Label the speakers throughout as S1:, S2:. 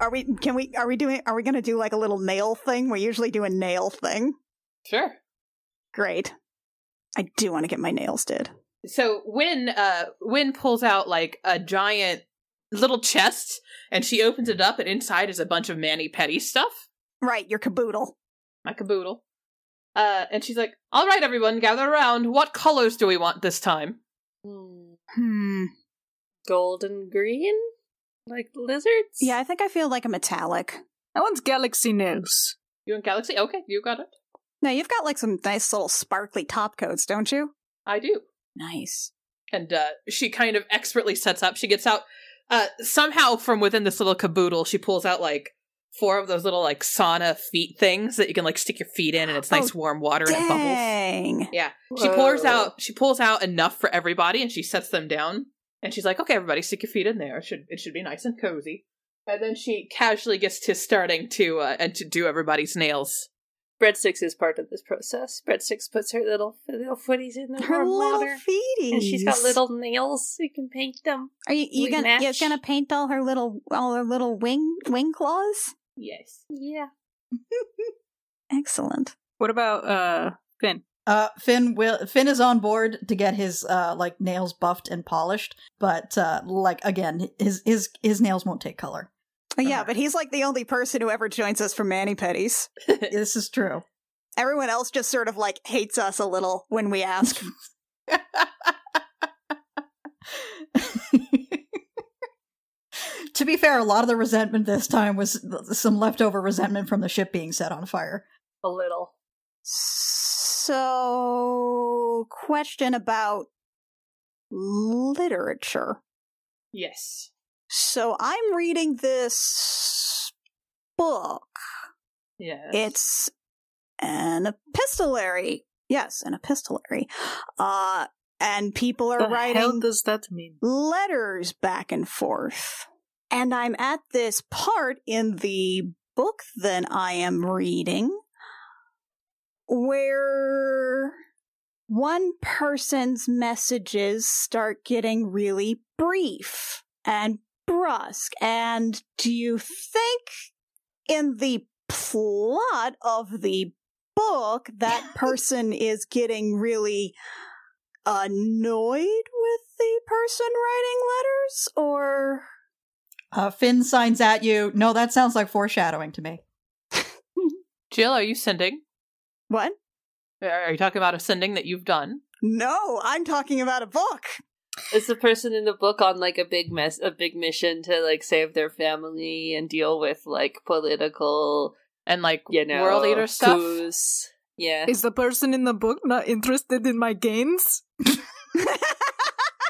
S1: Are we? Can we? Are we doing? Are we going to do like a little nail thing? We usually do a nail thing.
S2: Sure.
S1: Great. I do want to get my nails did.
S2: So Win uh Win pulls out like a giant little chest and she opens it up and inside is a bunch of Manny Petty stuff.
S1: Right, your caboodle.
S2: My caboodle. Uh and she's like, "All right everyone, gather around. What colors do we want this time?"
S3: Hmm.
S1: Hmm.
S3: Gold and green? Like lizards?
S1: Yeah, I think I feel like a metallic.
S4: I want galaxy nails.
S2: You and Galaxy? Okay, you got it.
S1: Now you've got like some nice little sparkly top coats, don't you?
S2: I do.
S1: Nice.
S2: And uh she kind of expertly sets up. She gets out uh somehow from within this little caboodle, she pulls out like four of those little like sauna feet things that you can like stick your feet in and it's nice
S1: Oh,
S2: warm water and it bubbles.
S1: Dang.
S2: Yeah. She
S3: Whoa.
S2: pours out she pulls out enough for everybody and she sets them down and she's like, "Okay, everybody, stick your feet in there. It should it should be nice and cozy." And then she casually gets to starting to uh, and to do everybody's nails.
S3: Breadsticks is part of this process. Breadsticks puts her little little footies in the
S1: Her
S3: warm
S1: little
S3: water,
S1: feeties.
S3: and she's got little nails. You can paint them.
S1: Are you, you
S3: we
S1: gonna you
S3: match.
S1: gonna paint all her little all her little wing wing claws?
S2: Yes.
S3: Yeah.
S1: Excellent.
S4: What about uh Finn?
S5: Uh, Finn will Finn is on board to get his uh like nails buffed and polished, but uh like again, his his his nails won't take color.
S1: Oh,
S4: Uh-huh.
S1: yeah, but he's like the only person who ever joins us for mani pedis.
S5: This is true.
S1: Everyone else just sort of like hates us a little when we ask.
S5: to be fair, a lot of the resentment this time was some leftover resentment from the ship being set on fire.
S3: A little.
S1: so, question about literature.
S2: Yes.
S1: So I'm reading this book.
S2: Yeah.
S1: It's an epistolary. Yes, an epistolary. Uh, and people are
S4: the hell
S1: writing
S4: does that mean?
S1: letters back and forth. And I'm at this part in the book that I am reading where one person's messages start getting really brief and brusque. And do you think in the plot of the book that person is getting really annoyed with the person writing letters or
S5: Uh, Finn signs at you. No, that sounds like foreshadowing to me.
S2: Jill, are you sending?
S1: what?
S2: Are you talking about a sending that you've done?
S1: No, I'm talking about a book.
S3: Is the person in the book on like a big mess, a big mission to like save their family and deal with like political,
S2: And like
S3: you know,
S2: world eater stuff?
S3: coups? Yeah.
S4: Is the person in the book not interested in my gains?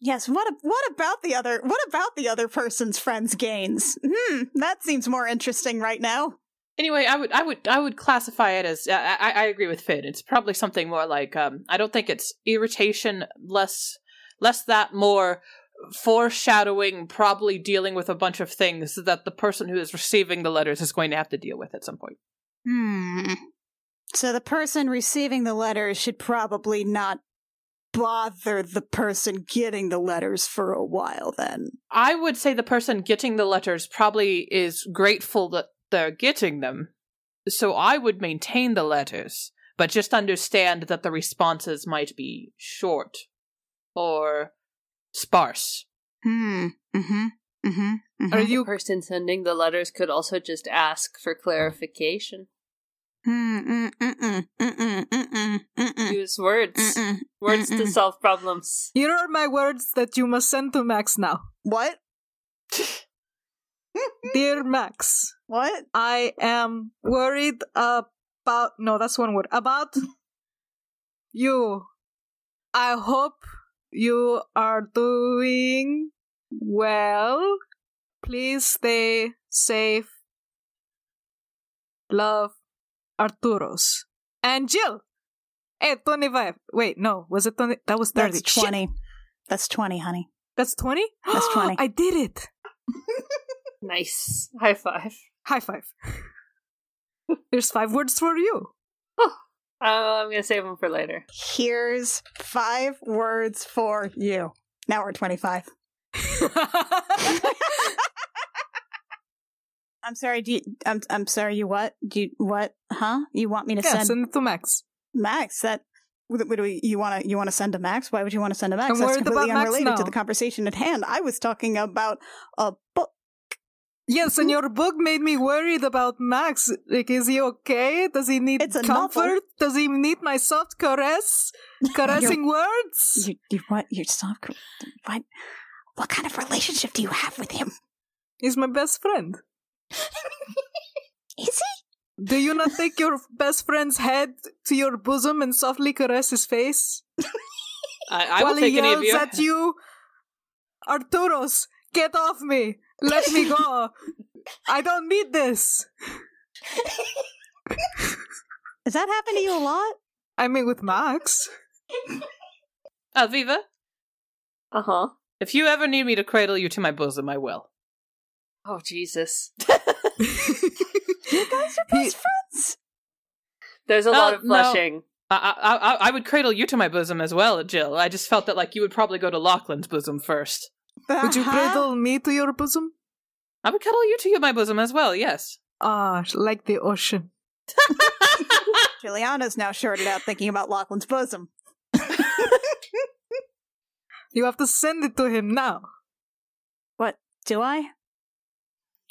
S1: yes, what ab- what about the other what about the other person's friends gains? Hmm, that seems more interesting right now.
S2: Anyway, I would I would I would classify it as I, I I agree with Finn. It's probably something more like um I don't think it's irritation less less that more foreshadowing probably dealing with a bunch of things that the person who is receiving the letters is going to have to deal with at some point.
S1: Hmm. So the person receiving the letters should probably not bother the person getting the letters for a while then.
S2: I would say the person getting the letters probably is grateful that they're getting them. So I would maintain the letters, but just understand that the responses might be short or sparse.
S1: Hmm. Mm-hmm. Mm-hmm.
S4: Are
S3: the
S4: you
S3: person sending the letters could also just ask for clarification.
S1: Mm, mm, mm, mm, mm, mm, mm, mm,
S3: Use words.
S1: mm,
S3: Words to
S1: Mm-mm.
S3: solve problems.
S4: here are my words that you must send to Max now.
S1: What?
S4: Dear Max,
S1: What?
S4: I am worried about no, that's one word. About you. I hope you are doing well. Please stay safe. Love Arturos. And Jill. Hey, 25. Wait, no, was it 20? That was 30.
S1: That's
S4: Shit,
S1: 20. That's 20, honey.
S4: That's 20?
S1: That's 20.
S4: I did it.
S3: Nice. High five.
S4: High five. There's five words for you.
S3: Oh, I'm gonna save them for later.
S1: Here's five words for you. Now we're 25. I'm sorry. Do you, I'm I'm sorry. You what? Do you what? Huh? You want me to
S4: Yeah,
S1: send
S4: send it to Max.
S1: Max that? What, what do we, you want to you want to send to Max? Why would you want to send to Max?
S4: I'm
S1: That's
S4: worried about
S1: completely
S4: Max
S1: unrelated to
S4: now.
S1: the conversation at hand. I was talking about a book.
S4: Yes, and your book made me worried about Max. Like, is he okay? Does he need
S1: It's a
S4: comfort?
S1: novel.
S4: Does he need my soft caress? Caressing words?
S1: You, you what? You're soft. What? What kind of relationship do you have with him?
S4: He's my best friend.
S1: Is he?
S4: Do you not take your best friend's head to your bosom and softly caress his face?
S2: I, I
S4: while
S2: will take
S4: he
S2: any
S4: yells
S2: of you.
S4: at you, Arturos, get off me! Let me go! I don't need this!
S1: Does that happen to you a lot?
S4: I mean, with Max.
S2: Alviva,
S3: Uh huh.
S2: if you ever need me to cradle you to my bosom, I will.
S3: Oh Jesus.
S4: you guys are
S1: Best friends.
S3: There's a
S2: Oh,
S3: lot of
S2: no.
S3: blushing.
S2: I, I, I, I would cradle you to my bosom as well, Jill. I just felt that like you would probably go to Lachlan's bosom first.
S4: Would you
S1: Uh-huh.
S4: cradle me to your bosom?
S2: I would cuddle you to your, my bosom as well. Yes.
S4: Ah, like the ocean.
S1: Juliana's now shorted out thinking about Lachlan's bosom.
S4: You have to send it to him now.
S1: What do I?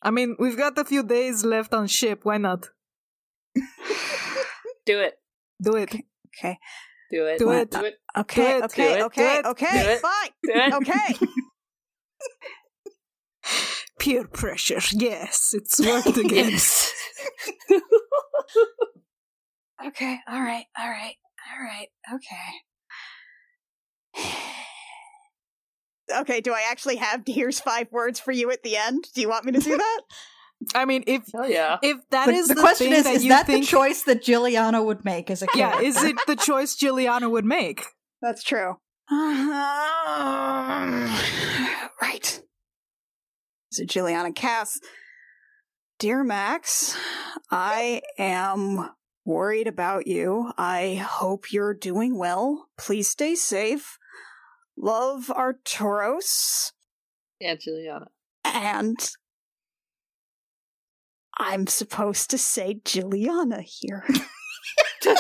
S4: I mean, we've got a few days left on ship. Why not?
S3: Do it.
S4: Do it.
S1: Okay.
S3: Do it.
S4: Do it.
S3: Do it.
S1: Okay.
S4: it, do
S1: okay.
S3: it, do
S1: okay.
S4: it,
S3: do
S1: okay.
S3: it.
S1: Fine.
S3: Do it.
S1: Okay.
S4: Peer pressure. Yes, it's worked again.
S3: Yes.
S1: Okay, all right, all right, all right, okay. okay, do I actually have here's five words for you at the end? Do you want me to do that?
S4: I mean, if
S3: Hell yeah.
S4: if that
S5: the,
S4: is
S5: the
S4: the
S5: question
S4: thing
S5: is:
S4: that
S5: Is
S4: you
S5: that
S4: think,
S5: the choice that Giuliano would make as a kid?
S4: Yeah, is it the choice Giuliano would make?
S1: That's true. right. So, Juliana Cass, dear Max, I am worried about you. I hope you're doing well. Please stay safe. Love Arturos.
S3: Yeah, Juliana.
S1: And I'm supposed to say Juliana here.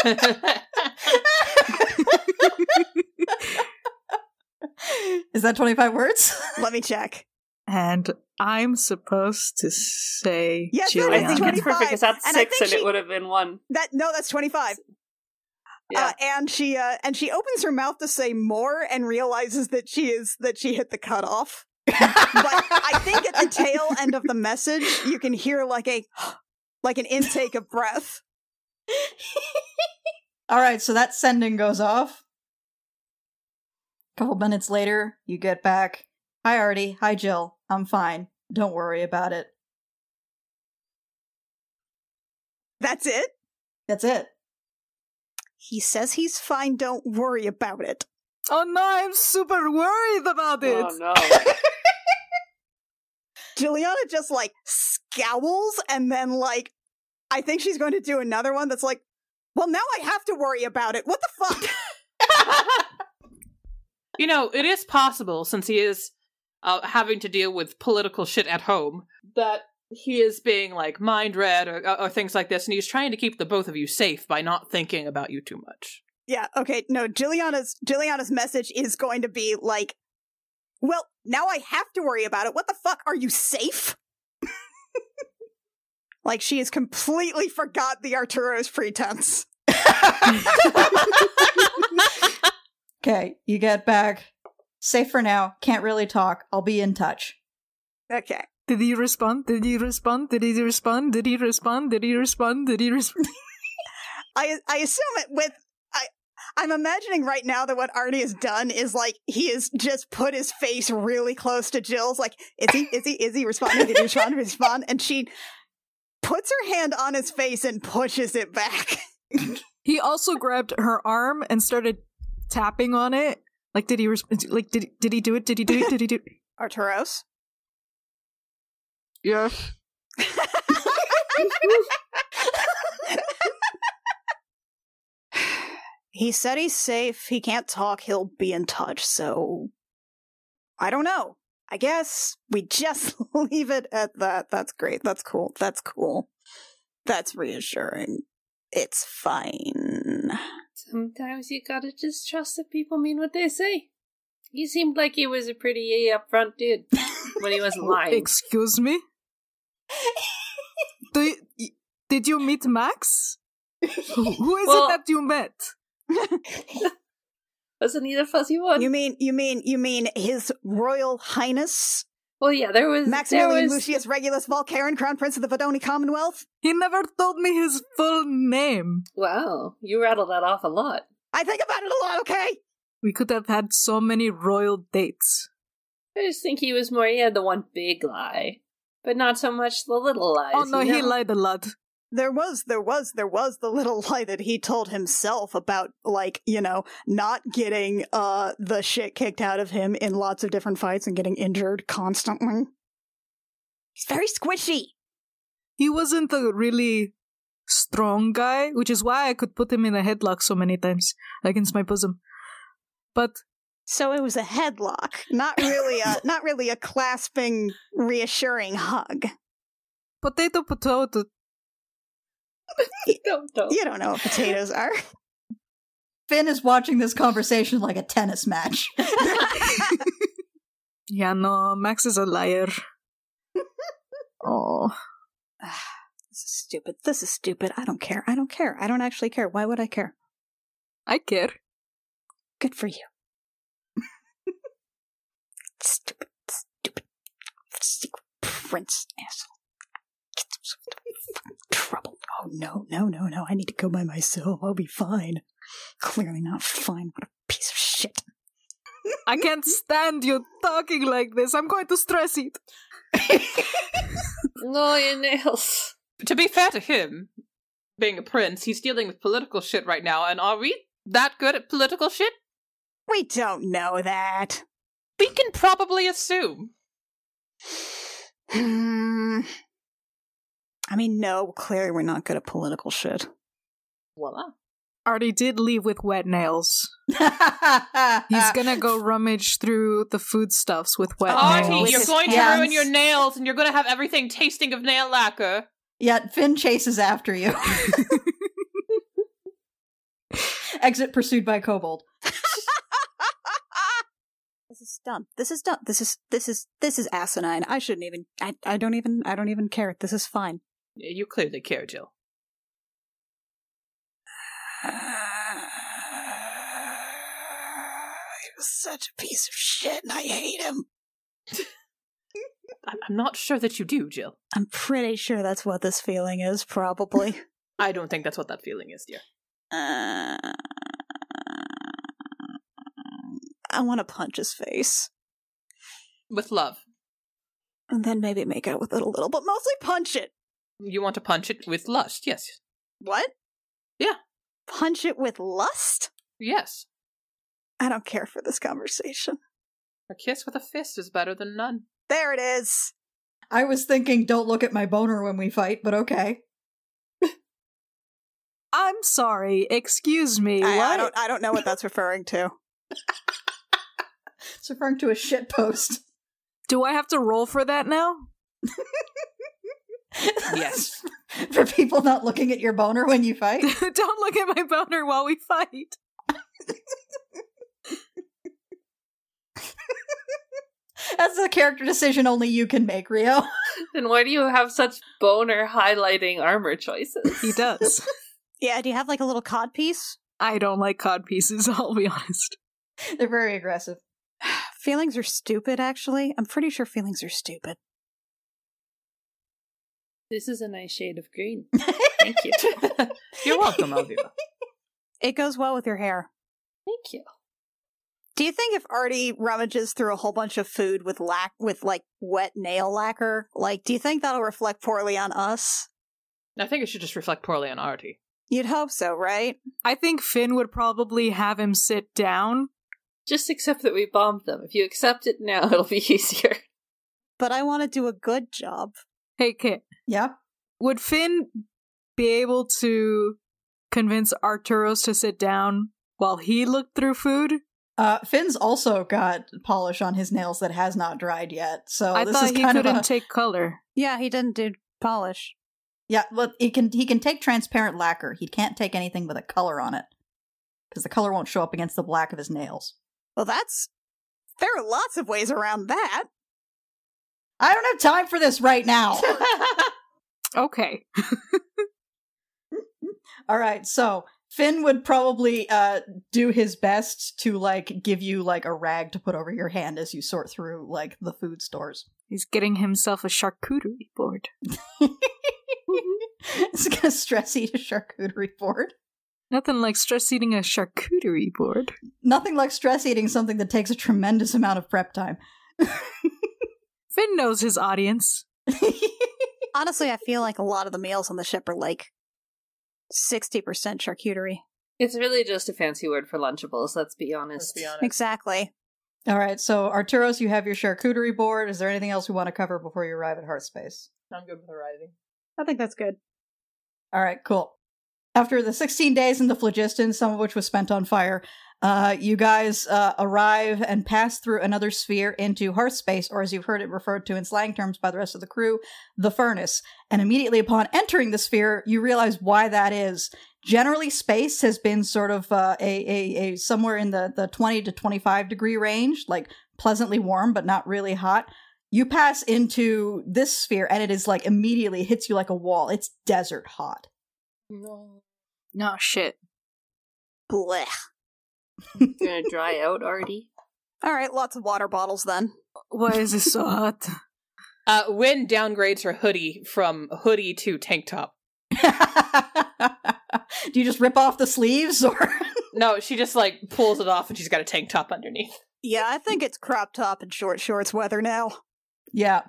S5: Is that twenty five words?
S1: Let me check.
S4: And I'm supposed to say
S1: Yes, that is
S3: I
S1: Juliana.
S3: think that's perfect because that's
S1: And I
S3: six
S1: think
S3: and
S1: she-
S3: it would have been one.
S1: That no, that's 25.
S3: Yeah.
S1: Uh, and she uh, and she opens her mouth to say more and realizes that she is that she hit the cutoff. But I think at the tail end of the message, you can hear like a like an intake of breath.
S5: All right, so that sending goes off. couple minutes later, you get back. Hi, Artie. Hi, Jill. I'm fine. Don't worry about it.
S1: That's it.
S5: That's it.
S1: He says he's fine. Don't worry about it.
S4: Oh no, I'm super worried about it.
S3: Oh no.
S1: Juliana just like scowls and then like I think she's going to do another one that's like, well now I have to worry about it. What the fuck?
S2: you know, it is possible since he is uh, having to deal with political shit at home that he is being like mind read or, or things like this, and he's trying to keep the both of you safe by not thinking about you too much.
S1: yeah, okay. No, Juliana's Juliana's message is going to be like, well, now I have to worry about it. What the fuck? Are you safe? like she has completely forgot the Arturo's pretense.
S5: Okay, you get back. Safe for now. Can't really talk. I'll be in touch.
S1: Okay.
S4: Did he respond? Did he respond? Did he respond? Did he respond? Did he respond? Did he respond?
S1: I I assume it with I I'm imagining right now that what Artie has done is like he has just put his face really close to Jill's. Like, is he is he is he responding? Did he respond? Did he respond? And she puts her hand on his face and pushes it back.
S4: He also grabbed her arm and started tapping on it. Like, did he respond? Like, did did he do it? Did he do it? Did he do? it?
S1: Arturos.
S4: Yes.
S1: he said he's safe. He can't talk. He'll be in touch. So I don't know. I guess we just leave it at that. That's great. That's cool. That's cool. That's reassuring. It's fine.
S3: Sometimes you gotta just trust that people mean what they say. He seemed like he was a pretty eh, upfront dude when he wasn't lying.
S4: Excuse me? Do you, did you meet Max? Who who is
S3: Well-
S4: it that you met?
S3: Wasn't he the fuzzy one?
S1: You mean you mean you mean His Royal Highness
S3: well, yeah, there was there
S1: Maximilian
S3: was,
S1: Lucius Regulus Volcaren, Crown Prince of the Vadoni Commonwealth?
S4: He never told me his full name.
S3: Wow, you rattled that off a lot.
S1: I think about it a lot. Okay.
S4: We could have had so many royal dates.
S3: I just think he was more yeah the one big lie, but not so much the little lies.
S4: Oh no,
S3: you
S4: he
S3: know?
S4: lied a lot.
S1: There was, there was, there was the little lie that he told himself about, like, you know, not getting uh the shit kicked out of him in lots of different fights and getting injured constantly. He's very squishy.
S4: He wasn't a really strong guy, which is why I could put him in a headlock so many times against my bosom. But
S1: So it was a headlock, not really a, not really a clasping, reassuring hug.
S4: potato, potato,
S3: Don't don't.
S1: You don't know what potatoes are.
S5: Finn is watching this conversation like a tennis match.
S4: Yeah, no, Max is a liar. oh.
S1: This is stupid. This is stupid. I don't care. I don't care. I don't actually care. Why would I care?
S4: I care.
S1: Good for you. stupid, stupid, secret prince asshole. Get some sort of fucking trouble. Oh no, no, no, no! I need to go by myself. I'll be fine. Clearly not fine. What a piece of shit.
S4: I can't stand you talking like this. I'm going to stress it.
S3: No, your nails.
S2: to be fair to him, being a prince, he's dealing with political shit right now, and are we that good at political shit?
S1: We don't know that.
S2: We can probably assume.
S1: Hmm. I mean, no, clearly we're not good at political shit.
S2: Voila.
S4: Artie did leave with wet nails.
S5: Ah.
S4: He's gonna go rummage through the foodstuffs with wet
S2: Artie,
S4: nails.
S2: you're
S5: Oh, his
S2: going to
S5: hands.
S2: ruin your nails, and you're going to have everything tasting of nail lacquer.
S5: Yeah, Finn chases after you. Exit pursued by Kobold.
S1: This is dumb. This is dumb. This is this is this is asinine. I shouldn't even. I I don't even. I don't even care. This is fine.
S2: Yeah, You clearly care, Jill.
S1: Ah, He was such a piece of shit, and I hate him.
S2: I- I'm not sure that you do, Jill.
S1: I'm pretty sure that's what this feeling is. Probably.
S2: I don't think that's what that feeling is, dear.
S1: uh, I want to punch his face.
S2: With love.
S1: and then maybe make out with it a little, but mostly punch it.
S2: You want to punch it with lust, yes.
S1: What?
S2: Yeah.
S1: Punch it with lust?
S2: Yes.
S1: I don't care for this conversation.
S2: A kiss with a fist is better than none.
S1: There it is.
S5: I was thinking, don't look at my boner when we fight, but okay.
S4: I'm sorry. Excuse me.
S1: I, I
S4: what?
S1: don't I don't know what that's referring to.
S5: It's referring to a shit post.
S4: Do I have to roll for that now?
S2: Yes.
S5: For people not looking at your boner when you fight.
S4: don't look at my boner while we fight.
S5: That's a character decision only you can make, Rio.
S3: Then why do you have such boner highlighting armor choices?
S4: He does.
S1: Yeah, do you have like a little cod piece?
S4: I don't like cod pieces, I'll be honest.
S5: They're very aggressive.
S1: Feelings are stupid, actually. I'm pretty sure feelings are stupid.
S3: This is a nice shade of green. Thank you.
S2: You're welcome, Alviva.
S1: It goes well with your hair.
S3: Thank you.
S1: Do you think if Artie rummages through a whole bunch of food with lack with like wet nail lacquer, like do you think that'll reflect poorly on us?
S2: I think it should just reflect poorly on Artie.
S1: You'd hope so, right?
S4: I think Finn would probably have him sit down.
S3: Just accept that we bombed them. If you accept it now, it'll be easier.
S1: But I want to do a good job.
S4: Hey, Kit,
S5: Yeah.
S4: would Finn be able to convince Arturos to sit down while he looked through food?
S5: Uh, Finn's also got polish on his nails that has not dried yet, so
S4: I
S5: Oh, this is
S4: thought he
S5: kind of
S4: couldn't
S5: a,
S4: take color.
S1: Yeah, he didn't do polish.
S5: yeah. Well, he can he can take transparent lacquer. He can't take anything with a color on it because the color won't show up against the black of his nails.
S1: Well, that's. There are lots of ways around that.
S5: I don't have time for this right now.
S4: Okay.
S5: All right, so Finn would probably uh do his best to like give you like a rag to put over your hand as you sort through like the food stores.
S4: He's getting himself a charcuterie board.
S5: it's gonna stress eat a charcuterie board.
S4: Nothing like stress eating a charcuterie board.
S5: Nothing like stress eating something that takes a tremendous amount of prep time.
S4: Finn knows his audience.
S1: Honestly, I feel like a lot of the meals on the ship are like 60% charcuterie.
S3: It's really just a fancy word for Lunchables, let's be
S2: Let's
S3: honest.
S2: be honest.
S1: Exactly.
S5: All right, so Arturos, you have your charcuterie board. Is there anything else we want to cover before you arrive at Hearthspace?
S2: I'm good with arriving.
S1: I think that's good.
S5: All right, cool. After the 16 days in the phlogiston, some of which was spent on fire, uh, you guys uh, arrive and pass through another sphere into hearth space, or as you've heard it referred to in slang terms by the rest of the crew, the furnace. And immediately upon entering the sphere, you realize why that is. Generally, space has been sort of uh, a, a, a somewhere in the, the 20 to 25 degree range, like pleasantly warm, but not really hot. You pass into this sphere, and it is like immediately hits you like a wall. It's desert hot.
S2: No.
S4: No shit.
S1: Blech.
S3: You're gonna dry out, Artie.
S1: All right, lots of water bottles then.
S4: Why is this so hot?
S2: Uh, Wynn downgrades her hoodie from hoodie to tank top.
S5: Do you just rip off the sleeves or
S2: No, she just like pulls it off and she's got a tank top underneath.
S1: Yeah, I think it's crop top and short shorts weather now.
S5: Yeah.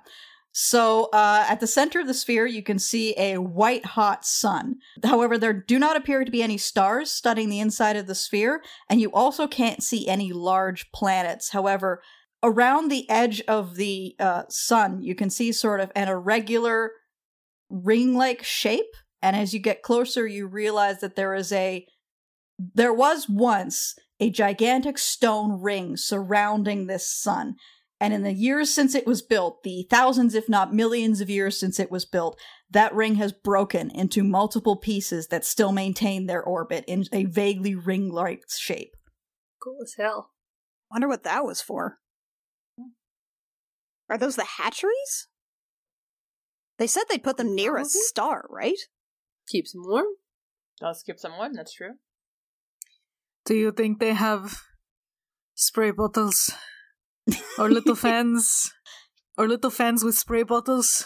S5: So uh, at the center of the sphere, you can see a white hot sun. However, there do not appear to be any stars studding the inside of the sphere, and you also can't see any large planets. However, around the edge of the uh, sun, you can see sort of an irregular ring like shape. And as you get closer, you realize that there is a. There was once a gigantic stone ring surrounding this sun. And in the years since it was built, the thousands, if not millions of years since it was built, that ring has broken into multiple pieces that still maintain their orbit in a vaguely ring like shape.
S3: Cool as hell.
S1: Wonder what that was for. Are those the hatcheries? They said they'd put them near a
S3: Probably.
S1: star, right?
S3: Keeps them warm.
S2: I'll skip someone, that's true.
S4: Do you think they have spray bottles? Or little fans? Or little fans with spray bottles?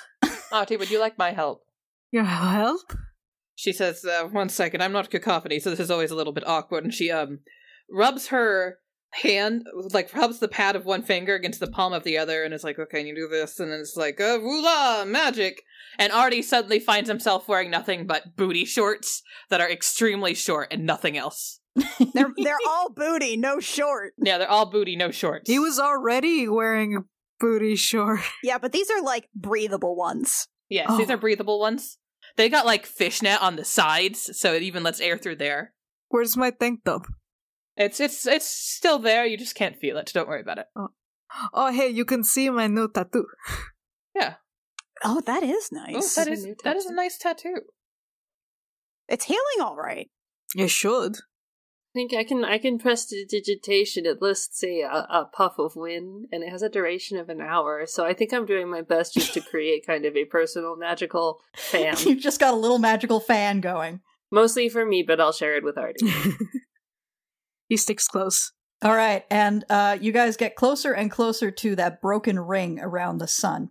S2: Artie, would you like my help?
S4: Your help?
S2: She says, uh, one second, I'm not cacophony, so this is always a little bit awkward. And she um rubs her hand, like rubs the pad of one finger against the palm of the other, and is like, okay, you do this, and then it's like, uh, voila, magic. And Artie suddenly finds himself wearing nothing but booty shorts that are extremely short and nothing else.
S1: They're they're all booty, no short.
S2: Yeah, they're all booty, no shorts.
S4: He was already wearing a booty short.
S1: Yeah, but these are like breathable ones.
S2: Yes, these
S4: Oh.
S2: are breathable ones. They got like fishnet on the sides, so it even lets air through there.
S4: Where's my tank top?
S2: It's it's it's still there. You just can't feel it. Don't worry about it.
S4: Oh, hey, you can see my new tattoo.
S1: Oh, that is
S2: Ooh,
S1: nice.
S2: that
S3: a
S2: is
S3: new
S2: that is a
S3: tattoo.
S2: nice tattoo.
S1: It's healing all right.
S4: You should.
S3: I think I can I can press the digitation. It lists a, a a puff of wind, and it has a duration of an hour. So I think I'm doing my best just to create kind of a personal magical fan,
S5: You've just got a little magical fan going.
S3: mostly for me, but I'll share it with Artie.
S4: he sticks close.
S5: All right, and uh, you guys get closer and closer to that broken ring around the sun.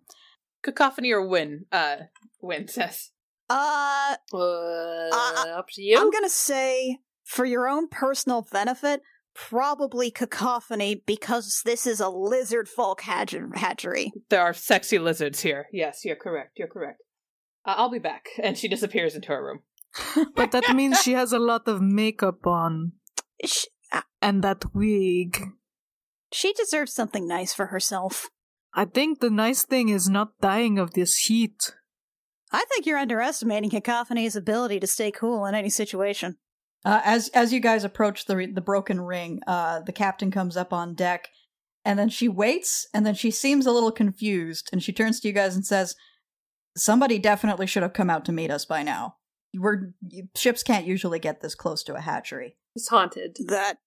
S2: Cacophony or win? Uh, win says.
S1: Uh
S3: Uh,
S4: uh,
S1: I-
S3: up to you.
S1: I'm gonna say for your own personal benefit, probably cacophony because this is a lizard folk hatch- hatchery.
S2: There are sexy lizards here. Yes, you're correct. You're correct. Uh, I'll be back. And she disappears into her room.
S4: But that means she has a lot of makeup on.
S1: She,
S4: And that wig.
S1: she deserves something nice for herself.
S4: I think the nice thing is not dying of this heat.
S1: I think you're underestimating Cacophony's ability to stay cool in any situation.
S5: Uh, as as you guys approach the re- the broken ring, uh, the captain comes up on deck, and then she waits, and then she seems a little confused, and she turns to you guys and says, "Somebody definitely should have come out to meet us by now. We're ships can't usually get this close to a hatchery."
S3: It's haunted.
S1: That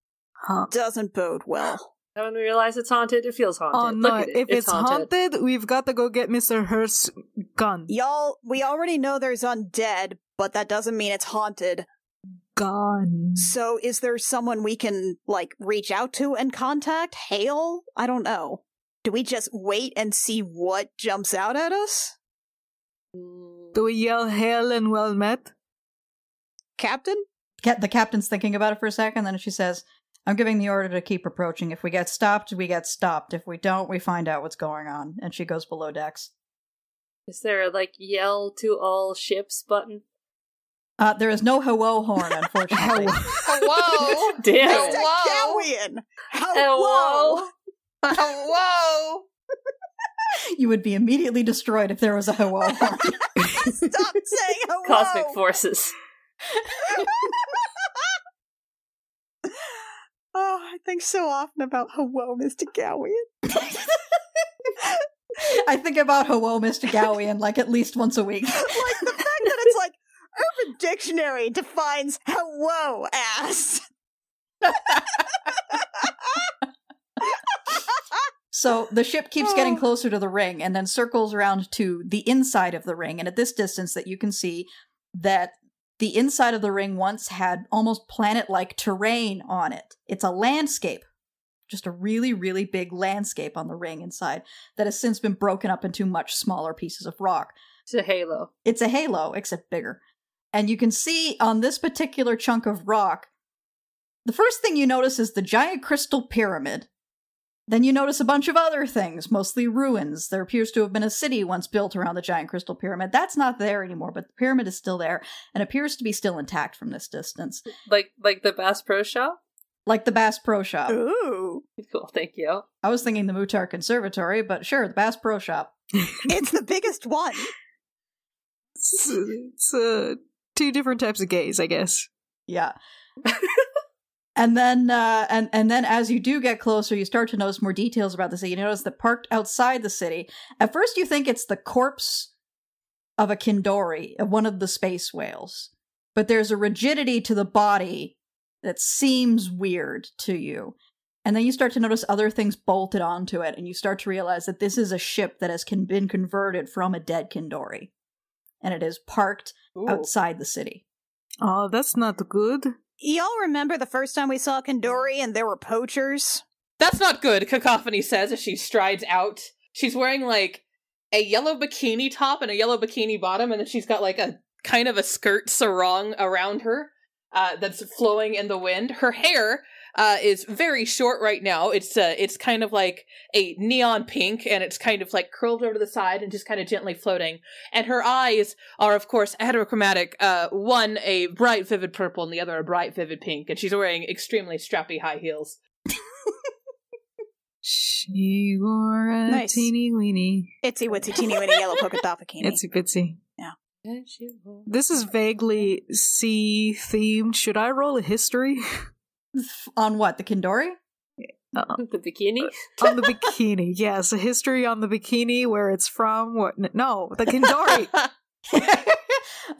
S4: Huh.
S1: doesn't bode well.
S3: No one realize it's haunted. It feels haunted.
S4: Oh no!
S3: Look at it.
S4: If it's, haunted. we've got to go get Mister Hurst's gun.
S1: Y'all, we already know there's undead, but that doesn't mean it's haunted.
S4: Gun.
S1: So is there someone we can, like, reach out to and contact? Hail? I don't know. Do we just wait and see what jumps out at us?
S3: Mm,
S4: Do we yell "Hail and well met"?
S1: Captain?
S5: Ca- the captain's thinking about it for a second, then she says, "I'm giving the order to keep approaching. If we get stopped, we get stopped. If we don't, we find out what's going on." And she goes below decks.
S3: Is there a like yell to all ships button?
S5: Uh, there is no hello horn, unfortunately.
S6: Hello.
S3: Damn.
S6: Hello.
S3: it.
S1: Galleon! Hello!
S3: Hello.
S6: Hello.
S5: you would be immediately destroyed if there was a hello horn.
S1: Stop saying hello!
S3: Cosmic forces.
S1: Oh, I think so often about hello, Mr. Galleon.
S5: I think about hello, Mr. Gowian, like at least once a week.
S1: like the fact that it's like Urban Dictionary defines hello as.
S5: So the ship keeps
S1: Oh.
S5: getting closer to the ring and then circles around to the inside of the ring. And at this distance that you can see that the inside of the ring once had almost planet-like terrain on it. It's a landscape. Just a really, really big landscape on the ring inside that has since been broken up into much smaller pieces of rock.
S3: It's a halo.
S5: It's a halo, except bigger. And you can see on this particular chunk of rock, the first thing you notice is the giant crystal pyramid. Then you notice a bunch of other things, mostly ruins. There appears to have been a city once built around the giant crystal pyramid. That's not there anymore, but the pyramid is still there and appears to be still intact from this distance.
S3: Like like the Bass Pro Shop.
S5: Like the Bass Pro Shop.
S1: Ooh.
S3: Cool. Thank you.
S5: I was thinking the Mutar Conservatory, but sure, the Bass Pro Shop.
S1: It's the biggest one.
S4: It's, it's uh, two different types of gays, I guess.
S5: Yeah. and then uh, and and then as you do get closer, you start to notice more details about the city. You notice that parked outside the city. At first, you think it's the corpse of a Kindori, of one of the space whales, but there's a rigidity to the body that seems weird to you. And then you start to notice other things bolted onto it, and you start to realize that this is a ship that has can, been converted from a dead Kindori, and it is parked outside the city.
S4: Oh, that's not good.
S1: Y'all remember the first time we saw Kandori and there were poachers?
S2: That's not good, Cacophony says as she strides out. She's wearing like a yellow bikini top and a yellow bikini bottom, and then she's got like a kind of a skirt sarong around her uh, that's flowing in the wind. Her hair uh, is very short right now. It's uh, it's kind of like a neon pink, and it's kind of like curled over to the side and just kind of gently floating. And her eyes are, of course, heterochromatic. Uh, one a bright, vivid purple, and the other a bright, vivid pink. And she's wearing extremely strappy high heels.
S4: She wore a
S1: Nice.
S4: teeny weeny
S1: Itsy witsy teeny weeny yellow polka dot bikini.
S4: itsy bitsy.
S3: And she will-
S4: This is vaguely sea themed. Should I roll a history
S5: on what the Kindori?
S3: The bikini.
S4: on the bikini? Yes, a history on the bikini, where it's from. What? n- No, the Kindori.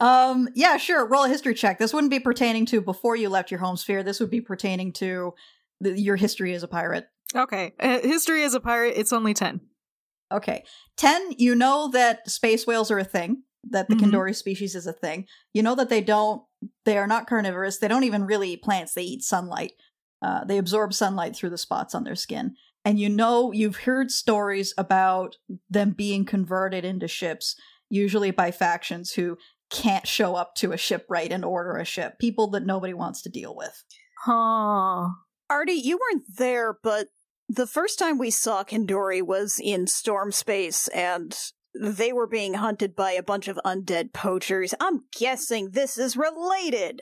S5: um, yeah, sure. Roll a history check. This wouldn't be pertaining to before you left your home sphere. This would be pertaining to th- your history as a pirate.
S4: okay, uh, history as a pirate. It's only ten.
S5: Okay, ten. You know that space whales are a thing. That the
S4: Mhm.
S5: Kindori species is a thing. You know that they don't. They are not carnivorous. They don't even really eat plants. They eat sunlight. Uh, they absorb sunlight through the spots on their skin. And you know you've heard stories about them being converted into ships, usually by factions who can't show up to a shipwright and order a ship. People that nobody wants to deal with.
S4: Huh.
S1: Artie, you weren't there, but the first time we saw Kandori was in storm space and they were being hunted by a bunch of undead poachers. I'm guessing this is related.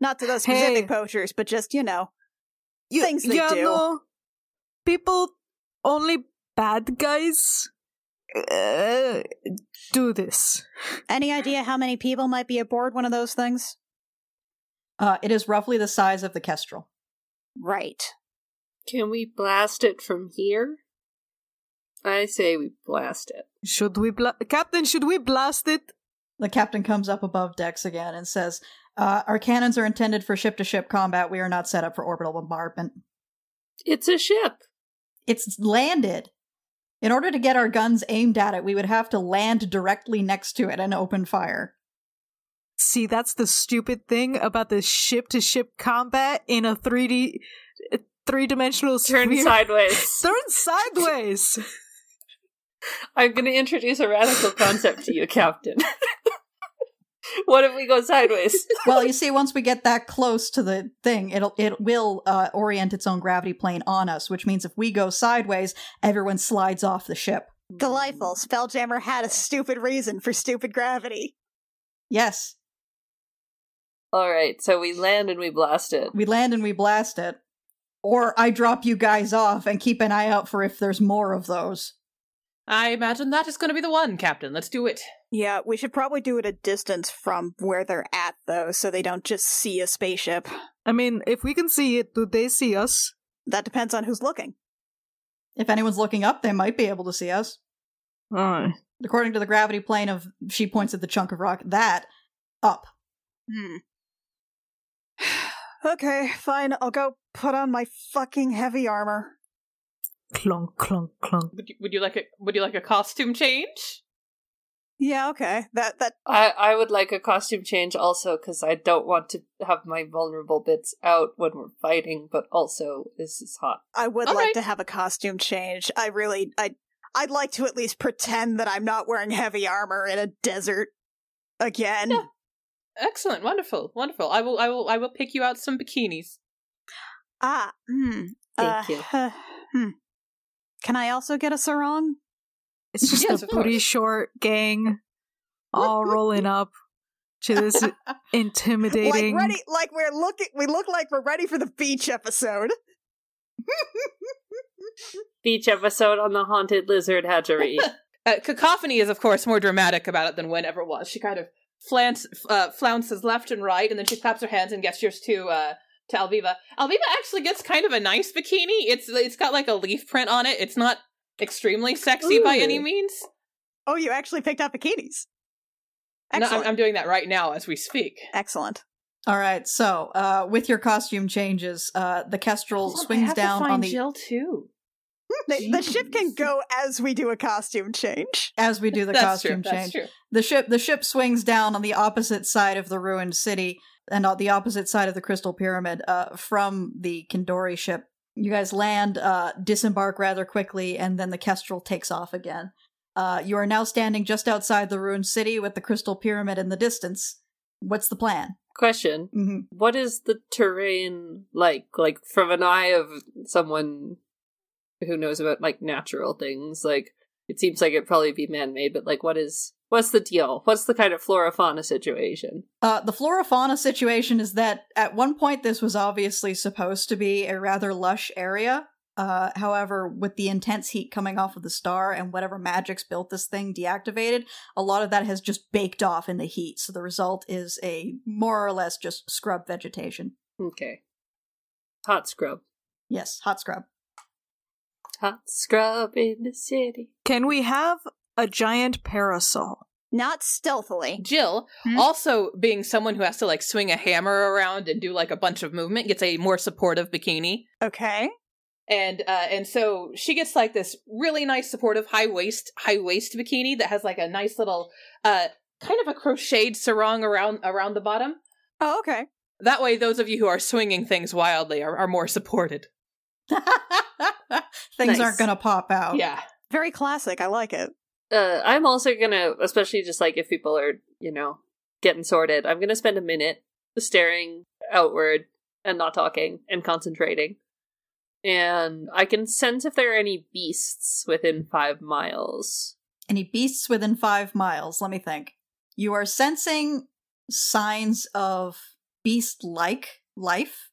S1: Not to those specific
S4: Hey.
S1: poachers, but just, you know.
S4: You,
S1: Things they
S4: yeah,
S1: do.
S4: no. people only bad guys uh, do this.
S1: Any idea how many people might be aboard one of those things?
S5: Uh, it is roughly the size of the Kestrel.
S1: Right.
S3: Can we blast it from here? I say we blast it.
S4: Should we bla- Captain, should we blast it?
S5: The captain comes up above decks again and says, uh, Our cannons are intended for ship to ship combat. We are not set up for orbital bombardment.
S3: It's a ship.
S5: It's landed. In order to get our guns aimed at it, we would have to land directly next to it and open fire.
S4: See, that's the stupid thing about the ship to ship combat in a 3D, three dimensional
S3: Turn sideways.
S4: Turn sideways!
S3: I'm going to introduce a radical concept to you, Captain. what if we go sideways?
S5: well, you see, once we get that close to the thing, it'll it will uh, orient its own gravity plane on us, which means if we go sideways, everyone slides off the ship.
S1: Delightful. Spelljammer had a stupid reason for stupid gravity.
S5: Yes,
S3: All right, so we land and we blast it.
S5: we land and we blast it, or I drop you guys off and keep an eye out for if there's more of those.
S2: I imagine that is going to be the one, Captain. Let's do it.
S1: Yeah, we should probably do it a distance from where they're at, though, so they don't just see a spaceship.
S4: I mean, if we can see it, do they see us?
S1: That depends on who's looking.
S5: If anyone's looking up, they might be able to see us.
S4: Alright.
S5: According to the gravity plane of, she points at the chunk of rock that up.
S1: Hmm. okay, fine. I'll go put on my fucking heavy armor.
S4: Clunk, clunk, clunk.
S2: Would you, would you like a Would you like a costume change?
S1: Yeah, okay. That that
S3: I, I would like a costume change also because I don't want to have my vulnerable bits out when we're fighting, but also this is hot.
S1: I would
S2: All
S1: like
S2: right.
S1: to have a costume change. I really I I'd like to at least pretend that I'm not wearing heavy armor in a desert again.
S2: Yeah. Excellent, wonderful, wonderful. I will, I will, I will pick you out some bikinis.
S1: Ah, hmm.
S3: Thank
S1: Uh,
S3: you.
S1: huh, hmm. Can I also get a sarong?
S4: It's just
S2: Yes,
S4: a
S2: of course.
S4: pretty short gang all rolling up to this intimidating.
S1: Like ready like we're looking we look like we're ready for the beach episode.
S3: Beach episode on the haunted lizard hatchery.
S2: Uh, Cacophony is, of course, more dramatic about it than Wynne ever was. She kind of flance, uh, flounces left and right, and then she claps her hands and gestures to uh, to Alviva. Alviva actually gets kind of a nice bikini. It's it's got like a leaf print on it. It's not extremely sexy by
S3: Ooh.
S2: any means.
S1: Oh, you actually picked up bikinis.
S2: No,
S1: Excellent.
S2: I'm, I'm doing that right now as we speak.
S1: Excellent.
S5: All right, so uh, with your costume changes, uh, the Kestrel
S2: Hold on, I
S5: swings
S2: have to
S5: down on
S2: find
S5: the
S2: Jill too.
S1: The, the ship can
S2: Jeez.
S1: go as we do a costume change.
S5: as we do the
S2: that's
S5: costume
S2: true. That's
S5: change.
S2: true.
S5: The ship the ship swings down on the opposite side of the ruined city and on the opposite side of the crystal pyramid uh, from the Kandori ship. You guys land, uh, disembark rather quickly, and then the Kestrel takes off again. Uh, you are now standing just outside the ruined city with the crystal pyramid in the distance. What's the plan?
S3: Question
S5: hmm
S3: What is the terrain like? Like, from an eye of someone who knows about, like, natural things, like, it seems like it'd probably be man made, but, like, what is. What's the deal? What's the kind of flora fauna situation?
S5: Uh, the flora fauna situation is that at one point this was obviously supposed to be a rather lush area. Uh, however, with the intense heat coming off of the star and whatever magics built this thing deactivated, a lot of that has just baked off in the heat. So the result is a more or less just scrub vegetation.
S3: Okay. Hot scrub.
S5: Yes, hot scrub.
S3: Hot scrub in the city.
S4: Can we have a giant parasol?
S1: Not stealthily.
S2: Jill,
S1: Hmm?
S2: also being someone who has to like swing a hammer around and do like a bunch of movement, gets a more supportive bikini.
S1: Okay.
S2: And uh and so she gets like this really nice supportive high waist high waist bikini that has like a nice little uh kind of a crocheted sarong around around the bottom.
S1: Oh, okay.
S2: That way those of you who are swinging things wildly are, are more supported.
S5: Things
S3: Nice.
S5: aren't going to pop out.
S2: Yeah.
S1: Very classic. I like it.
S3: Uh, I'm also gonna, especially just like if people are, you know, getting sorted, I'm gonna spend a minute staring outward and not talking and concentrating. And I can sense if there are any beasts within five miles.
S5: Any beasts within five miles? Let me think. You are sensing signs of beast like life.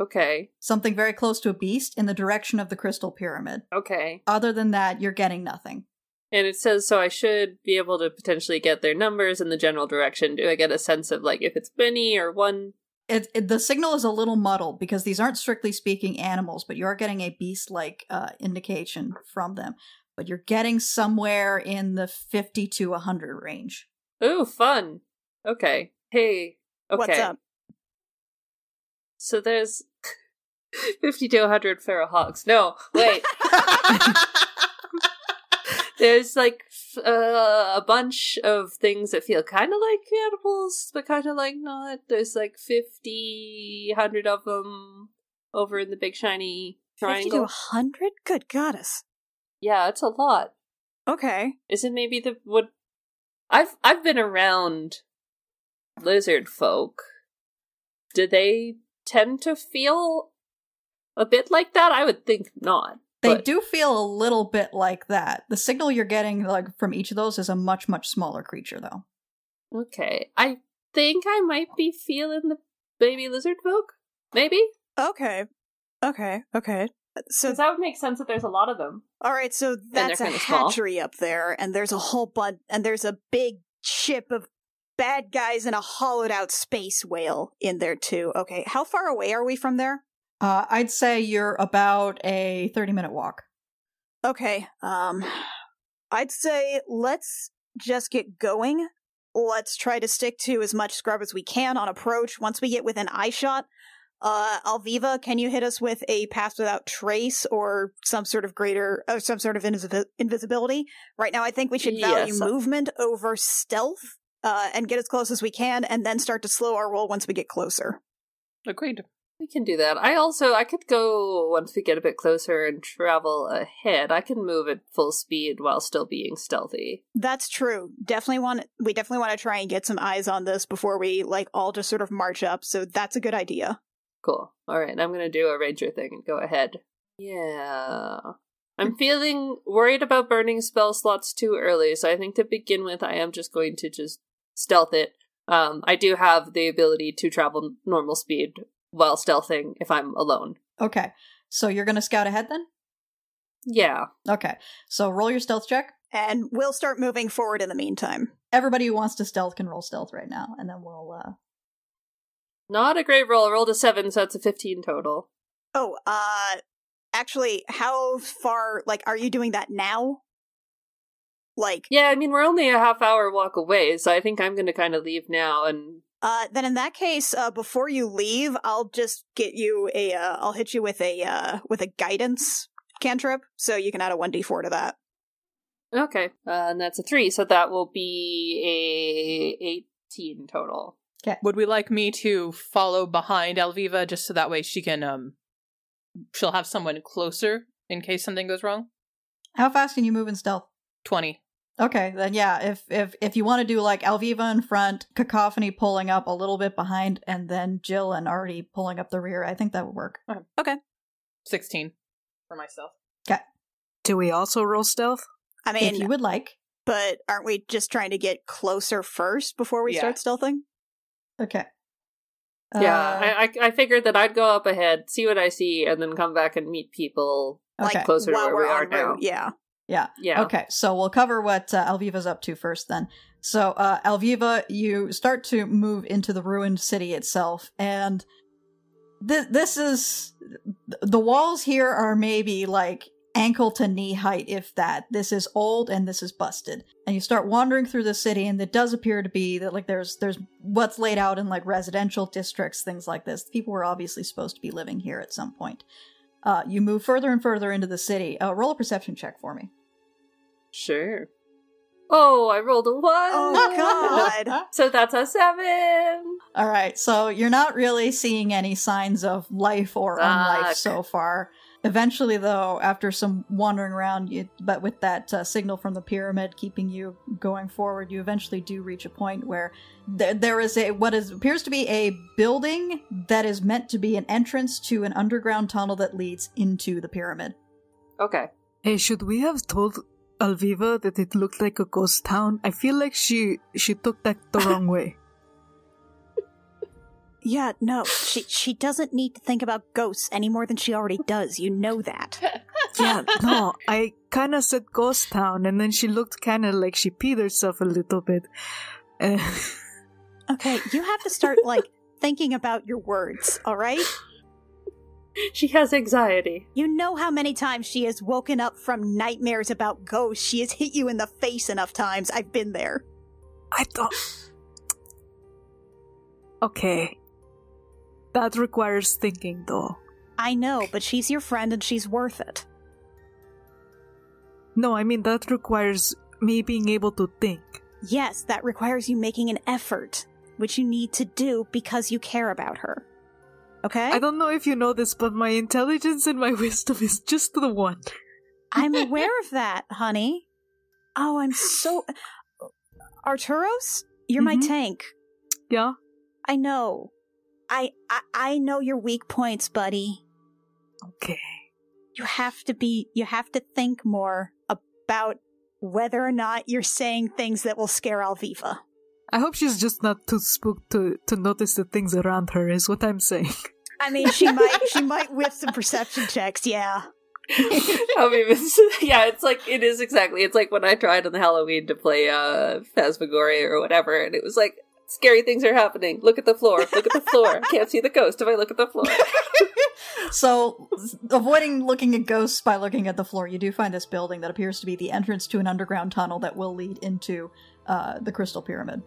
S3: Okay,
S5: something very close to a beast in the direction of the crystal pyramid.
S3: okay.
S5: Other than that, you're getting nothing.
S3: And it says so I should be able to potentially get their numbers and the general direction. Do I get a sense of like if it's many or one
S5: it, it- the signal is a little muddled because these aren't strictly speaking animals, but you are getting a beast like uh, indication from them. But you're getting somewhere in the 50 to 100 range.
S3: Ooh, fun. Okay. Hey. Okay.
S1: What's up?
S3: So there's 50 to 100 feral hogs. No, wait. there's like f- uh, a bunch of things that feel kind of like cannibals, but kind of like not. There's like 50, 100 of them over in the big shiny
S1: 50 to
S3: triangle.
S1: 100? Good goddess.
S3: Yeah, it's a lot.
S1: Okay.
S3: Is it maybe the what? I've I've been around lizard folk. Do they tend to feel a bit like that? I would think not.
S5: They
S3: but-
S5: do feel a little bit like that. The signal you're getting like from each of those is a much much smaller creature though.
S3: Okay, I think I might be feeling the baby lizard folk. Maybe
S1: Okay. Okay. Okay. So,
S3: because that would make sense that there's a lot of them.
S1: all right. So that's a
S3: kinda small.
S1: hatchery up there, and there's a whole bunch, and there's a big ship of bad guys and a hollowed out space whale in there, too. Okay. How far away are we from there?
S5: Uh, I'd say you're about a 30 minute walk.
S1: Okay. Um I'd say let's just get going. Let's try to stick to as much scrub as we can on approach. Once we get within eye shot, uh Alviva, can you hit us with a pass without trace or some sort of greater or some sort of invis- invisibility? Right now I think we should value
S3: Yes.
S1: movement over stealth. Uh, and get as close as we can, and then start to slow our roll once we get closer.
S2: Agreed.
S3: We can do that. I also I could go once we get a bit closer and travel ahead. I can move at full speed while still being stealthy.
S1: That's true. Definitely want we definitely want to try and get some eyes on this before we like all just sort of march up. So that's a good idea.
S3: Cool. All right, I'm gonna do a ranger thing and go ahead. Yeah, I'm feeling worried about burning spell slots too early, so I think to begin with, I am just going to just stealth it. Um, I do have the ability to travel normal speed while stealthing if I'm alone.
S5: Okay. So you're going to scout ahead then?
S3: Yeah,
S5: Okay. So roll your stealth check.
S1: and we'll start moving forward in the meantime.
S5: Everybody who wants to stealth can roll stealth right now and then we'll uh
S3: not a great roll. I rolled a seven, so that's a fifteen total.
S1: Oh, uh actually, how far like are you doing that now? Like
S3: Yeah, I mean we're only a half hour walk away, so I think I'm gonna kind of leave now and
S1: uh then in that case, uh before you leave, I'll just get you a uh, I'll hit you with a uh with a guidance cantrip so you can add a 1d4 to that.
S3: okay, uh, and that's a three, so that will be a eighteen total.
S2: Would we like me to follow behind Alviva just so that way she can um she'll have someone closer in case something goes wrong?
S5: How fast can you move in stealth?
S2: Twenty.
S5: Okay, then yeah, if if if you want to do like Alviva in front, Cacophony pulling up a little bit behind, and then Jill and Artie pulling up the rear, I think that would work.
S2: Sixteen for myself.
S4: Do we also roll stealth?
S1: I
S5: if you
S1: mean,
S5: would like.
S1: but aren't we just trying to get closer first before we
S2: Yeah.
S1: start stealthing?
S5: Okay.
S3: Yeah,
S5: Uh,
S3: I, I I figured that I'd go up ahead, see what I see, and then come back and meet people
S5: okay.
S3: closer to
S1: While
S3: where
S1: we're
S3: we are
S1: en route,
S3: now.
S1: Yeah.
S3: Yeah.
S5: Okay, so we'll cover what uh, Alviva's up to first then. So, uh, Alviva, you start to move into the ruined city itself, and th- this is. th- The walls here are maybe like ankle to knee height, if that. This is old and this is busted. And you start wandering through the city, and it does appear to be that, like, there's there's what's laid out in, like, residential districts, things like this. People were obviously supposed to be living here at some point. Uh, you move further and further into the city. Uh, roll a perception check for me.
S3: Sure. Oh, I rolled a one.
S1: Oh god.
S3: So that's a seven.
S5: All right, so you're not really seeing any signs of life or unlife
S3: Fuck.
S5: so far. Eventually, though, after some wandering around, you, but with that uh, signal from the pyramid keeping you going forward, you eventually do reach a point where th- there is a what is appears to be a building that is meant to be an entrance to an underground tunnel that leads into the pyramid.
S3: Okay.
S4: Hey, should we have told Alviva that it looked like a ghost town? I feel like she she took that the wrong way.
S1: Yeah, no, she she doesn't need to think about ghosts any more than she already does. You know that.
S4: Yeah, no, I kind of said ghost town, and then she looked kind of like she peed herself a little bit. Uh,
S1: Okay, you have to start like
S7: thinking about your words, all right?
S3: She has anxiety.
S7: You know how many times she has woken up from nightmares about ghosts. She has hit you in the face enough times. I've been there.
S4: I don't. Okay. That requires thinking, though.
S7: I know, but she's your friend and she's worth it.
S4: No, I mean, that requires me being able to think.
S7: Yes, that requires you making an effort, which you need to do because you care about her.
S1: Eh?
S7: Okay?
S4: I don't know if you know this, but my intelligence and my wisdom is just the one.
S7: I'm aware of that, honey. Oh, I'm so. Arturos, you're my
S4: Mhm.
S7: tank.
S4: Yeah?
S7: I know. I, I I know your weak points, buddy.
S4: Okay.
S7: You have to be. You have to think more about whether or not you're saying things that will scare Alviva.
S4: I hope she's just not too spooked to, to notice the things around her, is what I'm saying.
S7: I mean, she might. She might whip some perception checks. Yeah.
S3: I mean, it's, yeah, it's like it is exactly. It's like when I tried on Halloween to play uh Phasmagoria or whatever, and it was like scary things are happening. Look at the floor. Look at the floor. Can't see the ghost if I look at the floor.
S5: So, avoiding looking at ghosts by looking at the floor, you do find this building that appears to be the entrance to an underground tunnel that will lead into uh, the Crystal Pyramid.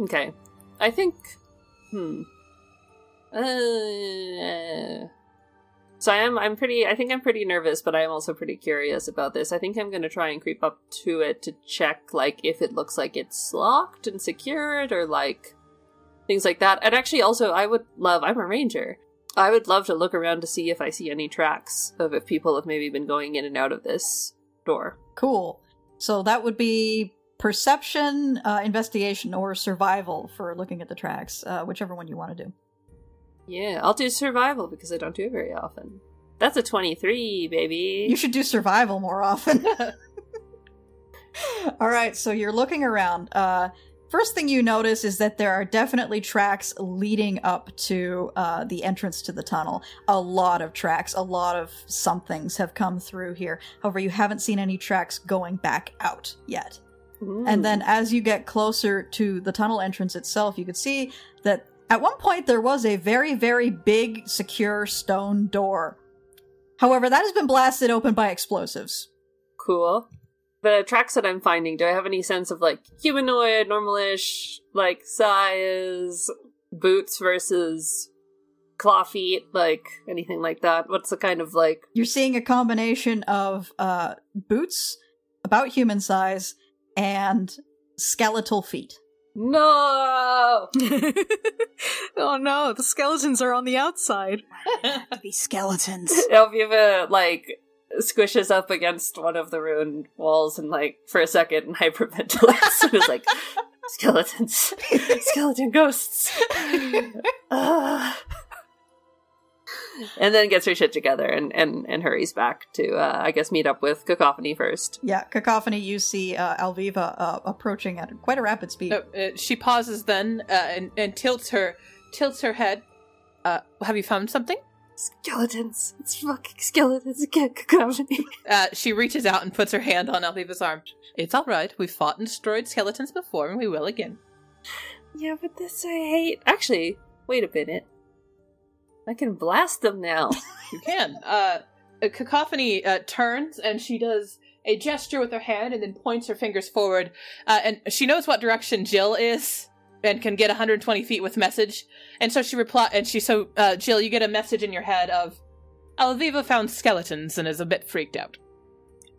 S3: Okay, I think. Hmm. Uh, so I'm. I'm pretty. I think I'm pretty nervous, but I'm also pretty curious about this. I think I'm going to try and creep up to it to check, like, if it looks like it's locked and secured, or like things like that. And actually, also, I would love. I'm a ranger. I would love to look around to see if I see any tracks of if people have maybe been going in and out of this door.
S5: Cool. So, that would be perception, uh, investigation, or survival for looking at the tracks, uh, whichever one you want to do.
S3: Yeah, I'll do survival because I don't do it very often. That's a twenty-three, baby.
S5: You should do survival more often. All right, so you're looking around. Uh, first thing you notice is that there are definitely tracks leading up to uh, the entrance to the tunnel. A lot of tracks, a lot of somethings have come through here. However, you haven't seen any tracks going back out yet.
S3: Mm.
S5: And then as you get closer to the tunnel entrance itself, you could see that at one point there was a very, very big, secure stone door. However, that has been blasted open by explosives.
S3: Cool. The tracks that I'm finding, do I have any sense of like humanoid, normalish, like size, boots versus claw feet, like anything like that? What's the kind of like
S5: You're seeing a combination of uh, boots about human size and skeletal feet.
S3: no?
S4: oh no, the skeletons are on the outside.
S7: Be skeletons.
S3: Elviva like squishes up against one of the ruined walls and like for a second and hyperventilates and is like skeletons, skeleton ghosts. Ugh. and then gets her shit together and and and hurries back to uh, I guess meet up with Cacophony first.
S5: Yeah, Cacophony, you see uh, Alviva uh, approaching at quite a rapid speed.
S2: No, uh, she pauses then uh, and, and tilts her tilts her head. Uh, have you found something?
S3: Skeletons, it's fucking skeletons again, Cacophony.
S2: Uh, she reaches out and puts her hand on Alviva's arm. It's all right. We fought and destroyed skeletons before, and we will again.
S3: yeah, but this I hate. Actually, wait a minute. I can blast them now.
S2: You can. Uh, Cacophony uh, turns and she does a gesture with her hand and then points her fingers forward. Uh, and she knows what direction Jill is and can get 120 feet with message. And so she reply and she so uh, Jill, you get a message in your head of Alviva found skeletons and is a bit freaked out.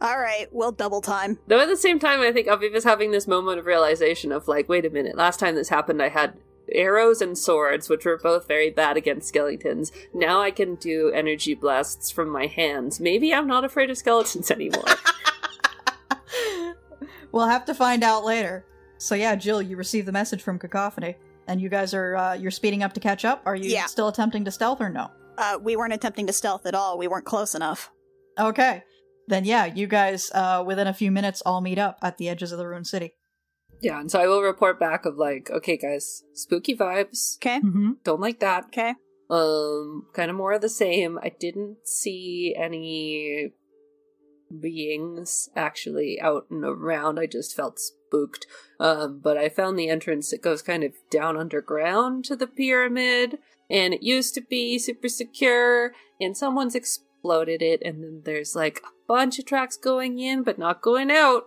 S1: All right, well, double time.
S3: Though at the same time, I think Aviva's having this moment of realization of like, wait a minute, last time this happened, I had arrows and swords, which were both very bad against skeletons. Now I can do energy blasts from my hands. Maybe I'm not afraid of skeletons anymore.
S5: we'll have to find out later. So yeah, Jill, you received the message from Cacophony, and you guys are uh, you're speeding up to catch up. Are you
S1: Yeah.
S5: still attempting to stealth or no?
S1: Uh, we weren't attempting to stealth at all. We weren't close enough.
S5: Okay, then yeah, you guys uh, within a few minutes all meet up at the edges of the ruined city.
S3: yeah, and so I will report back of like, okay, guys, spooky vibes.
S1: Okay.
S4: Mm-hmm.
S3: Don't like that.
S1: Okay.
S3: Um, kind of more of the same. I didn't see any beings actually out and around. I just felt spooked. Um, but I found the entrance that goes kind of down underground to the pyramid, and it used to be super secure, and someone's exploded it, and then there's like a bunch of tracks going in but not going out.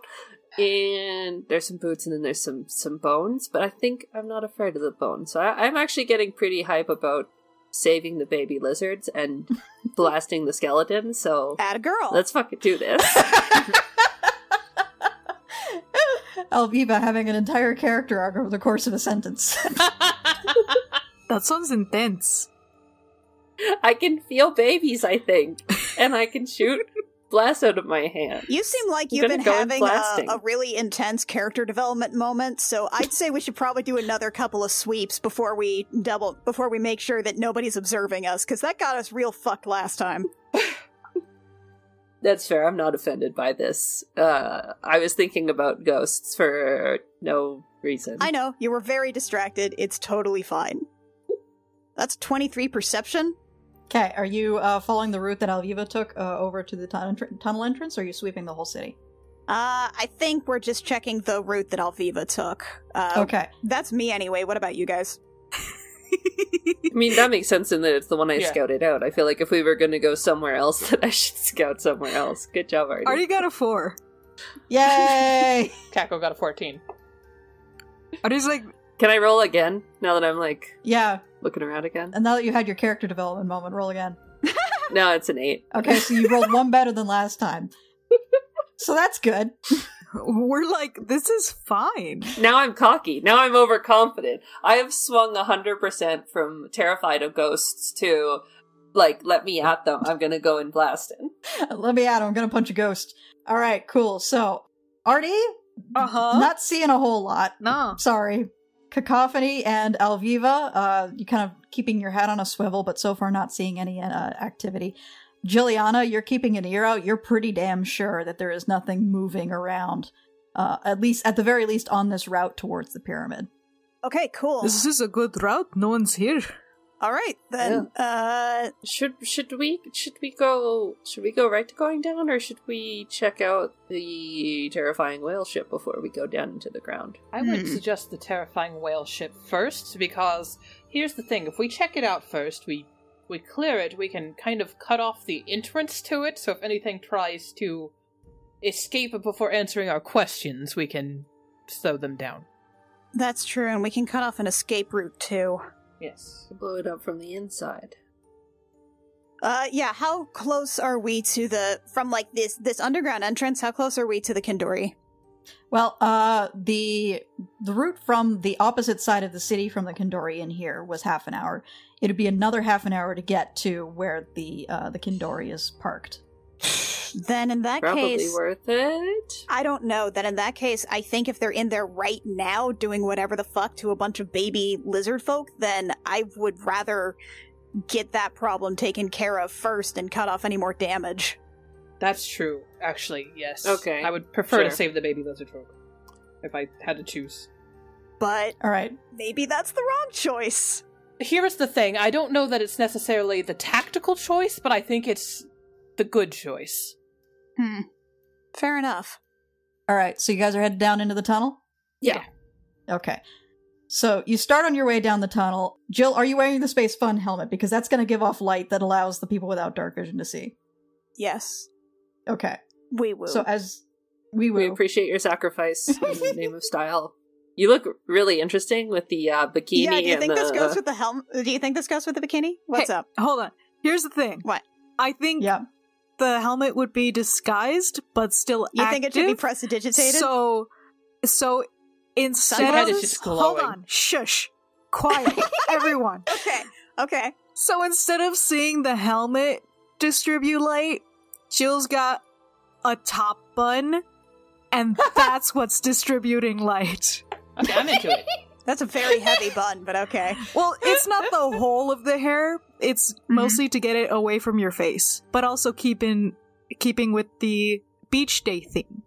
S3: And there's some boots, and then there's some some bones. But I think I'm not afraid of the bones, so I, I'm actually getting pretty hype about saving the baby lizards and blasting the skeleton. So
S1: Add a girl.
S3: Let's fucking do this.
S5: Elviva having an entire character arc over the course of a sentence.
S4: That sounds intense.
S3: I can feel babies, I think, and I can shoot blast out of my hand.
S1: you seem like
S3: I'm
S1: you've
S3: gonna
S1: been
S3: go in
S1: having
S3: blasting.
S1: a, a really intense character development moment, so I'd say we should probably do another couple of sweeps before we double before we make sure that nobody's observing us, because that got us real fucked last time.
S3: That's fair. I'm not offended by this. Uh, I was thinking about ghosts for no reason.
S1: I know you were very distracted. It's totally fine. That's twenty three perception.
S5: okay, are you uh, following the route that Alviva took uh, over to the tun- tunnel entrance, or are you sweeping the whole city?
S1: Uh, I think we're just checking the route that Alviva took. Uh,
S5: okay.
S1: That's me anyway. What about you guys?
S3: I mean, that makes sense in that it's the one I
S2: Yeah.
S3: scouted out. I feel like if we were going to go somewhere else, that I should scout somewhere else. Good job, Artie.
S4: Artie got a four.
S5: Yay!
S2: Kako got a 14.
S4: Artie's like,
S3: Can I roll again now that I'm like
S5: yeah,
S3: looking around again?
S5: and now that you had your character development moment, roll again.
S3: No, it's an eight.
S5: Okay, so you rolled one better than last time. So that's good.
S4: we're like, this is fine.
S3: Now I'm cocky. Now I'm overconfident. I have swung 100% from terrified of ghosts to, like, let me at them. I'm going to go and blast it.
S5: Let me out, I'm gonna punch a ghost. Alright, cool. So, Artie,
S4: Uh huh.
S5: not seeing a whole lot.
S4: no.
S5: Sorry. Cacophony and Alviva, uh, you kind of keeping your head on a swivel, but so far not seeing any uh, activity. Juliana, you're keeping an ear out. You're pretty damn sure that there is nothing moving around, uh, at least at the very least on this route towards the pyramid.
S1: Okay, cool.
S4: This is a good route. No one's here.
S1: All right then. Uh,
S3: Should should we should we go should we go right to going down or should we check out the terrifying whale ship before we go down into the ground?
S2: I would
S1: Hmm.
S2: suggest the terrifying whale ship first because here's the thing: if we check it out first, we we clear it, we can kind of cut off the entrance to it. So if anything tries to escape it before answering our questions, we can slow them down.
S1: that's true, and we can cut off an escape route too.
S2: Yes.
S3: Blow it up from the inside.
S1: Uh, yeah. How close are we to the from like this this underground entrance? How close are we to the Kindori?
S5: Well, uh, the the route from the opposite side of the city from the Kindori in here was half an hour. It'd be another half an hour to get to where the uh, the Kindori is parked.
S1: Then in that
S3: Probably
S1: case,
S3: worth it.
S1: I don't know. Then in that case, I think if they're in there right now doing whatever the fuck to a bunch of baby lizard folk, then I would rather get that problem taken care of first and cut off any more damage.
S2: That's true, actually, yes.
S3: Okay,
S2: I would prefer
S3: sure.
S2: to save the baby lizard folk if I had to choose.
S1: But
S5: All right.
S1: maybe that's the wrong choice.
S2: Here is the thing I don't know that it's necessarily the tactical choice, but I think it's the good choice.
S1: Fair enough.
S5: All right. So you guys are headed down into the tunnel.
S3: Yeah.
S5: Okay. So you start on your way down the tunnel. Jill, are you wearing the space fun helmet because that's going to give off light that allows the people without dark vision to see?
S1: Yes,
S5: Okay.
S1: we will.
S5: So as we
S3: We
S5: will.
S3: appreciate your sacrifice in the name of style. You look really interesting with the uh, bikini.
S1: yeah, do you
S3: and
S1: think
S3: the... uh,
S1: this goes with the helm? Do you think this goes with the bikini? What's up?
S4: Hold on. Here's the thing.
S1: What?
S4: I think
S5: yeah.
S4: the helmet would be disguised, but still
S1: You think it should be
S4: active.
S1: prestidigitated?
S4: So, so instead
S2: Sunhead
S4: of
S2: is just
S4: hold
S2: glowing.
S4: on, shush, quiet, everyone.
S1: okay, okay.
S4: So instead of seeing the helmet distribute light, Jill's got a top bun, and that's what's distributing light.
S2: Okay, I'm into it.
S1: That's a very heavy bun, but okay.
S4: Well, it's not the whole of the hair; it's mostly to get it away from your face, but also keeping keeping with the beach day theme.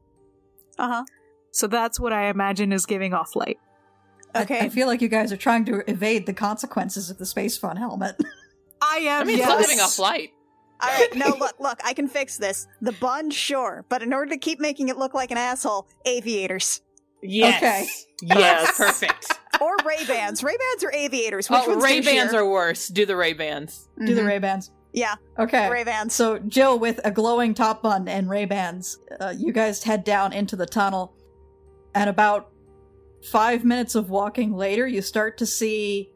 S1: Uh huh.
S4: So that's what I imagine is giving off light.
S5: I-
S1: Okay.
S5: I, feel like you guys are trying to evade the consequences of the space fun helmet.
S4: I am.
S2: I mean,
S4: yes.
S2: it's not giving off light.
S1: All right, no, look, look, I can fix this. The bun, sure, but in order to keep making it look like an asshole, aviators
S2: Yes.
S5: Okay.
S2: Yes.
S3: Yes.
S2: Perfect.
S1: or Ray Bans. Ray Bans or aviators? Which
S2: Oh,
S1: one's
S2: Ray Bans
S1: douchier?
S2: are worse. Do the Ray Bans.
S5: Do the Ray Bans.
S1: Mm-hmm. Yeah,
S5: Okay.
S1: Ray Bans.
S5: So Jill, with a glowing top bun and Ray Bans, uh, you guys head down into the tunnel, and about five minutes of walking later, you start to see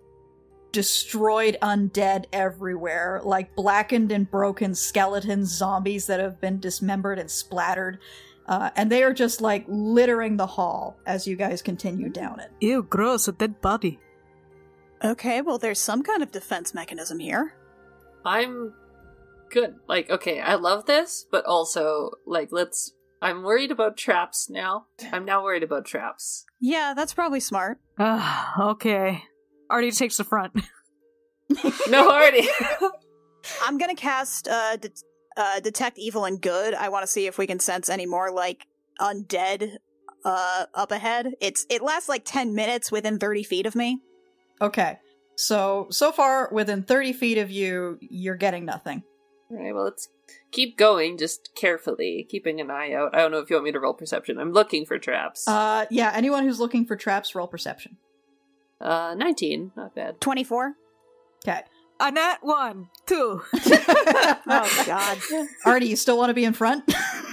S5: destroyed undead everywhere, like blackened and broken skeletons, zombies that have been dismembered and splattered, uh, and they are just like littering the hall as you guys continue down it.
S4: Ew, gross, a dead body.
S1: Okay, well, there's some kind of defense mechanism here.
S3: I'm good. Like, okay, I love this, but also, like, let's. I'm worried about traps now. I'm now worried about traps.
S1: Yeah, that's probably smart.
S4: Ah, okay. Artie takes the front.
S3: No, already.
S1: I'm gonna cast uh, det uh, detect evil and good. I want to see if we can sense any more like undead uh, up ahead. It's it lasts like ten minutes within thirty feet of me.
S5: Okay. So so far, within thirty feet of you, you're getting nothing.
S3: Alright, well, let's keep going, just carefully, keeping an eye out. I don't know if you want me to roll perception. I'm looking for traps. Uh,
S5: Uh, yeah. Anyone who's looking for traps, roll perception.
S3: 19. Uh, Not bad.
S1: Twenty four.
S5: Okay.
S4: A nat one, two.
S1: Oh God.
S5: Artie, you still want to be in front?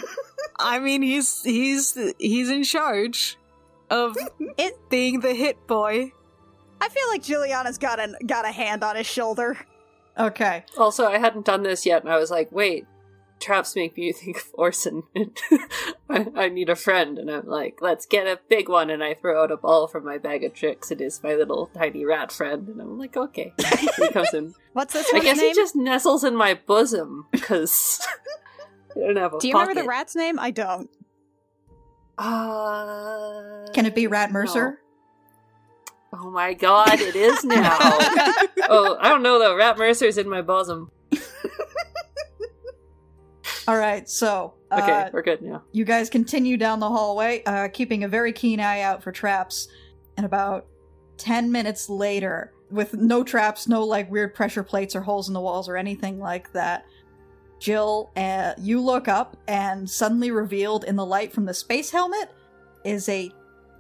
S4: I mean, he's he's he's in charge of
S1: It-
S4: being the hit boy.
S1: I feel like Juliana's got an got a hand on his shoulder.
S5: okay.
S3: Also, I hadn't done this yet, and I was like, wait, traps make me think of Orson. I, I need a friend, and I'm like, let's get a big one, and I throw out a ball from my bag of tricks. It is my little tiny rat friend, and I'm like, okay. he comes in.
S1: What's this
S3: I
S1: one's
S3: guess
S1: name?
S3: he just nestles in my bosom, because I don't have a
S1: Do you remember the rat's name? I don't.
S3: Uh,
S5: Can it be Rat Mercer?
S3: Oh my god, it is now. oh, I don't know though. Rat Mercer's in my bosom.
S5: All right. So uh,
S3: Okay, we're good now.
S5: you guys continue down the hallway, uh, keeping a very keen eye out for traps. And about 10 minutes later, with no traps, no like weird pressure plates or holes in the walls or anything like that, Jill, uh, you look up and suddenly revealed in the light from the space helmet is a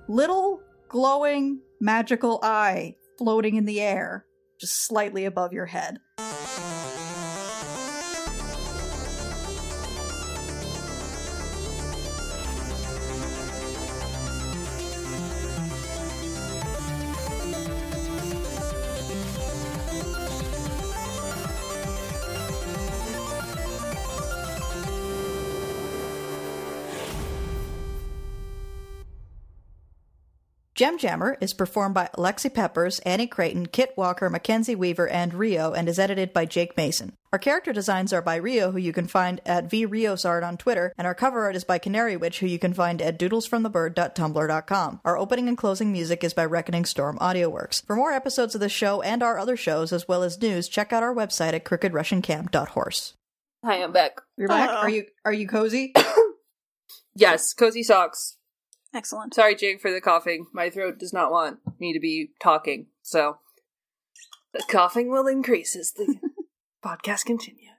S5: little glowing magical eye floating in the air, just slightly above your head. Gem Jammer is performed by Alexi Peppers, Annie Creighton, Kit Walker, Mackenzie Weaver, and Rio, and is edited by Jake Mason. Our character designs are by Rio, who you can find at vriosart on Twitter, and our cover art is by Canary Witch, who you can find at doodlesfromthebird.tumblr.com. Our opening and closing music is by Reckoning Storm AudioWorks. For more episodes of this show and our other shows, as well as news, check out our website at crookedrussiancamp.horse.
S3: Hi, I'm back.
S5: You're back.
S1: Hello.
S5: Are you are you cozy?
S3: Yes, cozy socks.
S1: Excellent.
S3: Sorry, Jake, for the coughing. My throat does not want me to be talking, so the coughing will increase as the podcast continues.